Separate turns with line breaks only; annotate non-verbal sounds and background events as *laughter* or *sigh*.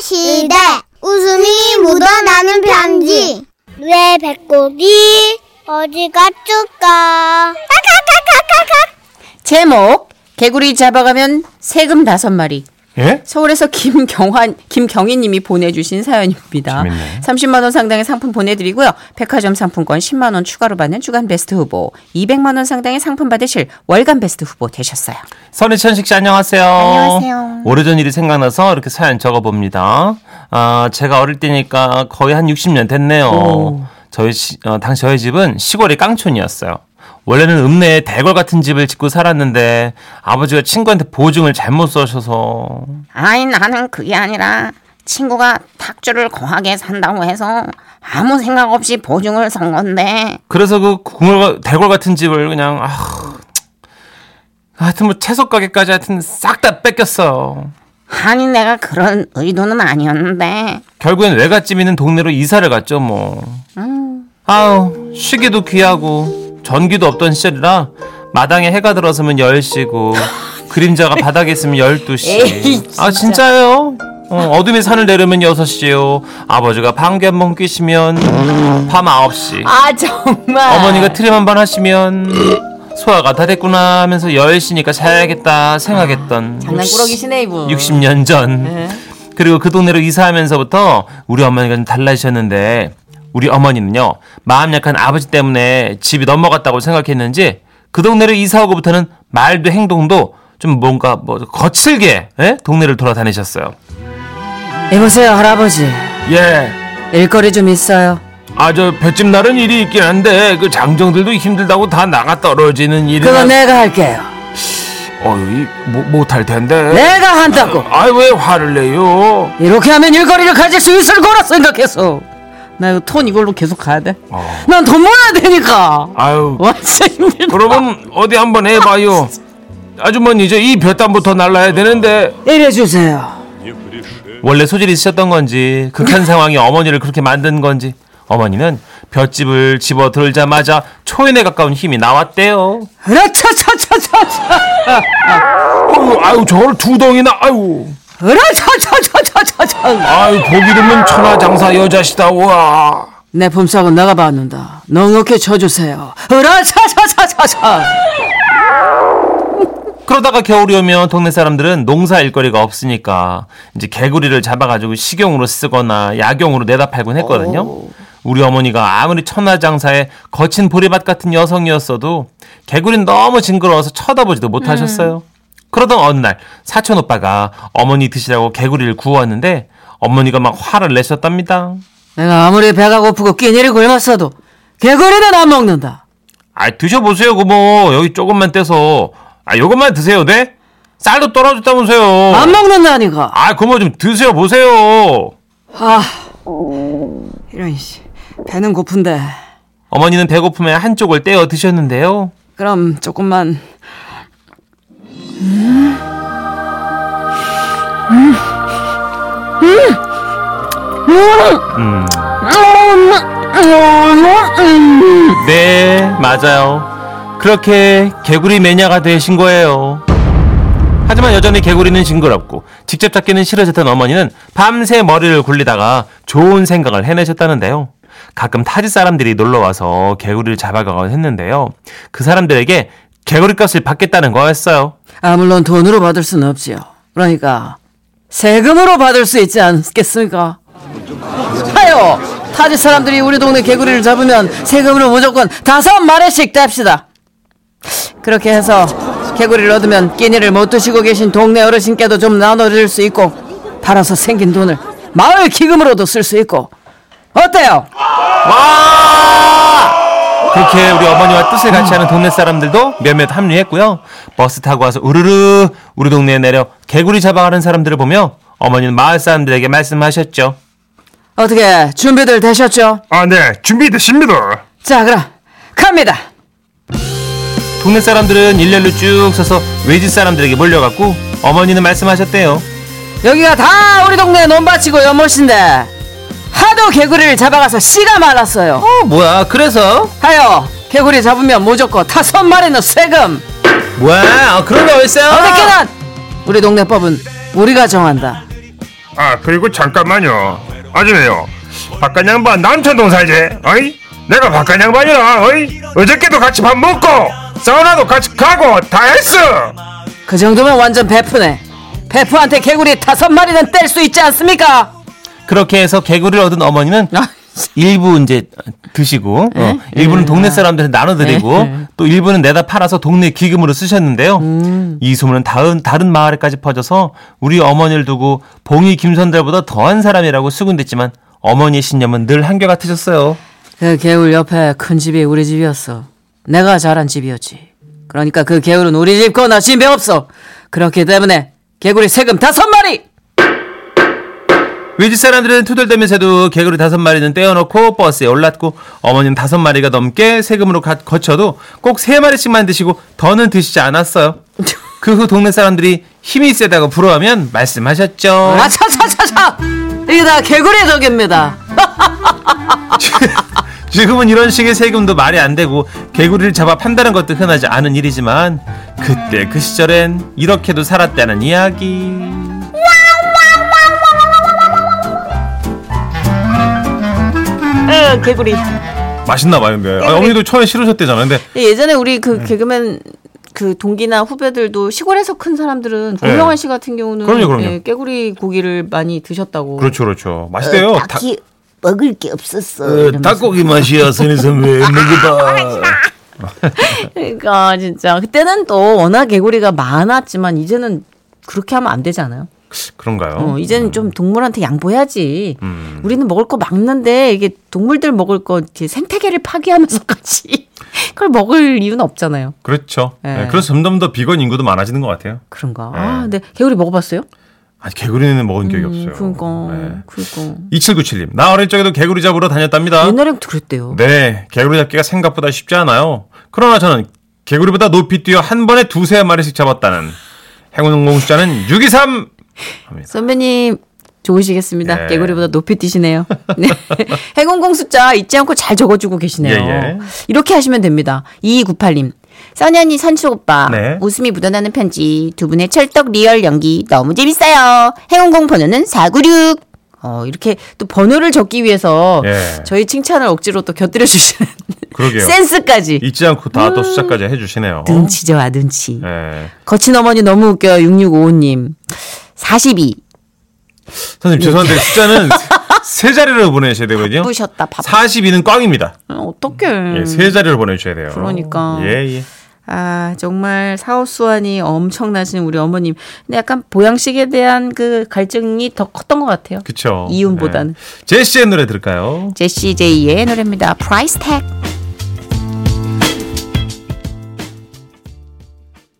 시대 웃음이 묻어나는 편지 왜 배꼽이 어디 갔을까
제목 개구리 잡아가면 세금 다섯 마리
예?
서울에서 김경환 김경희님이 보내주신 사연입니다.
재밌네.
30만 원 상당의 상품 보내드리고요. 백화점 상품권 10만 원 추가로 받는 주간 베스트 후보, 200만 원 상당의 상품 받으실 월간 베스트 후보 되셨어요.
선희천식 씨 안녕하세요.
안녕하세요.
오래전 일이 생각나서 이렇게 사연 적어봅니다. 아 제가 어릴 때니까 거의 한 60년 됐네요. 저희 시, 어, 당시 저희 집은 시골의 깡촌이었어요. 원래는 읍내에 대궐 같은 집을 짓고 살았는데 아버지가 친구한테 보증을 잘못 써셔서
아이 나는 그게 아니라 친구가 탁주를 거하게 산다고 해서 아무 생각 없이 보증을 선 건데
그래서 그 구물 대궐 같은 집을 그냥 아 하여튼 뭐 채소 가게까지 하여튼 싹 다 뺏겼어요.
아니 내가 그런 의도는 아니었는데
결국엔 외갓집 있는 동네로 이사를 갔죠 뭐 아우 쉬기도 귀하고 전기도 없던 시절이라 마당에 해가
*laughs*
들어서면 10시고 그림자가 바닥에 있으면 12시
에이,
아 진짜요? 어, 어둠이 산을 내려면 6시요 아버지가 방귀 한 번 뀌시면 밤 9시
아 정말
어머니가 트림 한 번 하시면 소화가 다 됐구나 하면서 10시니까 자야겠다 생각했던
장난꾸러기시네 이분
60년 전. 그리고 그 동네로 이사하면서부터 우리 어머니가 좀 달라지셨는데 우리 어머니는요 마음 약한 아버지 때문에 집이 넘어갔다고 생각했는지 그 동네로 이사하고부터는 말도 행동도 좀 뭔가 뭐 거칠게 예? 동네를 돌아다니셨어요.
여보세요 할아버지
예.
일거리 좀 있어요
아 저 볏집 날은 일이 있긴 한데 그 장정들도 힘들다고 다 나가 떨어지는 일이
그거 내가 할게요
어이 뭐, 못할 텐데.
내가 한다고
아 왜 화를 내요?
이렇게 하면 일거리를 가질 수 있을 거라 생각해서 나 이거 톤 이걸로 계속 가야 돼?
어.
난 돈 모아야 되니까
아유
와 진짜 힘들다
그러면 어디 한번 해봐요. 아주머니 이제 이 볕담부터 날라야 되는데
이래주세요
원래 소질이 있으셨던 건지 극한 상황이 어머니를 그렇게 만든 건지 어머니는 볕집을 집어 들자마자 초인에 가까운 힘이 나왔대요.
으라차차차차차
아유, 아유 저걸 두 덩이나 아유
으라차차차차차차
아유 고기 굽는 천하장사 여자시다 와.
내 품삯은 내가 받는다 넉넉히 쳐주세요 으라차차차차차
그러다가 겨울이 오면 동네 사람들은 농사 일거리가 없으니까 이제 개구리를 잡아가지고 식용으로 쓰거나 약용으로 내다 팔곤 했거든요. 우리 어머니가 아무리 천하장사에 거친 보리밭 같은 여성이었어도 개구리는 너무 징그러워서 쳐다보지도 못하셨어요. 그러던 어느 날 사촌 오빠가 어머니 드시라고 개구리를 구웠는데 어머니가 막 화를 내셨답니다.
내가 아무리 배가 고프고 끼니를 굶었어도 개구리는 안 먹는다
아 드셔보세요 고모 여기 조금만 떼서 아 요것만 드세요 네? 쌀도 떨어졌다면서요.
안 먹는다니까
아, 그만 좀 드세요 보세요.
아 이런 씨 배는 고픈데
어머니는 배고픔에 한쪽을 떼어 드셨는데요.
그럼 조금만
네, 맞아요. 그렇게 개구리 매니아가 되신 거예요. 하지만 여전히 개구리는 징그럽고 직접 잡기는 싫어졌던 어머니는 밤새 머리를 굴리다가 좋은 생각을 해내셨다는데요. 가끔 타지 사람들이 놀러 와서 개구리를 잡아가곤 했는데요. 그 사람들에게 개구리 값을 받겠다는 거였어요.
아 물론 돈으로 받을 수는 없지요 그러니까 세금으로 받을 수 있지 않겠습니까 하요 타지 사람들이 우리 동네 개구리를 잡으면 세금으로 무조건 다섯 마리씩 뗍시다 그렇게 해서 개구리를 얻으면 끼니를 못 드시고 계신 동네 어르신께도 좀 나눠드릴 수 있고 팔아서 생긴 돈을 마을 기금으로도 쓸 수 있고 어때요?
그렇게 우리 어머니와
음.
뜻을 같이 하는 동네 사람들도 몇몇 합류했고요. 버스 타고 와서 우르르 우리 동네에 내려 개구리 잡아가는 사람들을 보며 어머니는 마을 사람들에게 말씀하셨죠.
어떻게 준비들 되셨죠?
아, 네. 준비됐습니다.
자 그럼 갑니다
동네 사람들은 일렬로 쭉 서서 외지 사람들에게 몰려갔고 어머니는 말씀하셨대요.
여기가 다 우리 동네 논밭이고 연못인데 하도 개구리를 잡아가서 씨가 많았어요
어 뭐야 그래서
하여 개구리 잡으면 무조건 다섯 마리는 세금
뭐야 아, 그런 거였어요?
어저께는 우리 동네법은 우리가 정한다
아 그리고 잠깐만요. 아줌마요. 바깥 양반 남천동 살지? 어이? 내가 바깥 양반이라. 어이? 어저께도 같이 밥 먹고 사우나도 같이 가고 다 했어.
그 정도면 완전 베프네. 베프한테 개구리 다섯 마리는 뗄 수 있지 않습니까?
그렇게 해서 개구리를 얻은 어머니는
아,
일부 이제 드시고 어, 일부는 동네 네. 사람들한테 나눠드리고 또 일부는 내다 팔아서 동네 기금으로 쓰셨는데요. 이 소문은 다른 다른 마을에까지 퍼져서 우리 어머니를 두고 봉이 김선달보다 더한 사람이라고 수군댔지만 어머니의 신념은 늘 한결같으셨어요.
그 개울 옆에 큰 집이 우리 집이었어. 내가 자란 집이었지. 그러니까 그 개울은 우리 집 거나 집에 없어. 그렇기 때문에 개구리 세금 다섯 마리.
외지 사람들은 투덜대면서도 개구리 다섯 마리는 떼어놓고 버스에 올랐고 어머니는 다섯 마리가 넘게 세금으로 가- 거쳐도 꼭 세 마리씩만 드시고 더는 드시지 않았어요. 그 후 동네 사람들이 힘이 세다고 부러워하면 말씀하셨죠.
아차차차차! 이게 다 개구리 덕입니다.
*laughs*
지금은 이런 식의 세금도 말이 안 되고 개구리를 잡아 판다는 것도 흔하지 않은 일이지만 그때 그 시절엔 이렇게도 살았다는 이야기.
어, 개구리.
맛있나 봐요. 근데 아, 어머니도 처음에 싫으셨대잖아요. 근데
예전에 우리
네.
그 개그맨 그 동기나 후배들도 시골에서 큰 사람들은 고명환 씨 같은 경우는
네. 그럼요, 그럼요.
깨구리 고기를 많이 드셨다고.
그렇죠, 그렇죠. 맛있대요. 닭-
어, 딱히 먹을 게 없었어.
어, 닭고기 맛이야, 선희
*laughs*
선배. 먹어봐.
그러니까 진짜 그때는 또 워낙 개구리가 많았지만 이제는 그렇게 하면 안 되잖아요.
그런가요?
어, 이제는 좀 동물한테 양보해야지.
음.
우리는 먹을 거 막는데 이게 동물들 먹을 거 이렇게 생태계를 파괴하면서까지 *laughs* 그걸 먹을 이유는 없잖아요.
그렇죠.
예.
네, 그래서 점점 더 비건 인구도 많아지는 것 같아요.
그런가. 아,
네.
근데 개구리 먹어봤어요?
아니, 개구리는 먹은 기억이 없어요.
그러니까,
네.
그러니까.
2797님, 나 어릴 적에도 개구리 잡으러 다녔답니다.
옛날엔 그랬대요.
아, 네, 개구리 잡기가 생각보다 쉽지 않아요. 그러나 저는 개구리보다 높이 뛰어 한 번에 두세 마리씩 잡았다는 행운 공공숫자는 623!
선배님 좋으시겠습니다.
예.
개구리보다 높이 뛰시네요. *laughs* 네. 해공공 숫자 잊지 않고 잘 적어주고 계시네요.
예, 예.
이렇게 하시면 됩니다. 2298님. 써년이 선수 오빠
네.
웃음이 묻어나는 편지 두 분의 찰떡 리얼 연기 너무 재밌어요. 해공공 번호는 496. 어 이렇게 또 번호를 적기 위해서
예.
저희 칭찬을 억지로 또 곁들여 주시는
*laughs* 그러게요.
센스까지
잊지 않고 다
음.
또 숫자까지 해주시네요.
눈치죠와 눈치.
예.
거친 어머니 너무 웃겨요. 6655님. 42.
선생님, 죄송한데 숫자는 *laughs* 세 자리를 보내셔야 되거든요.
네. 바쁘셨다, 바쁘-
42는 꽝입니다.
어, 어떡해.
예, 세 자리를 보내주셔야 돼요.
그러니까.
예, 예.
아, 정말 사업수완이 엄청나신 우리 어머님. 근데 약간 보양식에 대한 그 갈증이 더 컸던 것 같아요.
그쵸.
이윤보다는.
예. 제시의 노래 들을까요?
제시 제이의 노래입니다. 프라이스 택.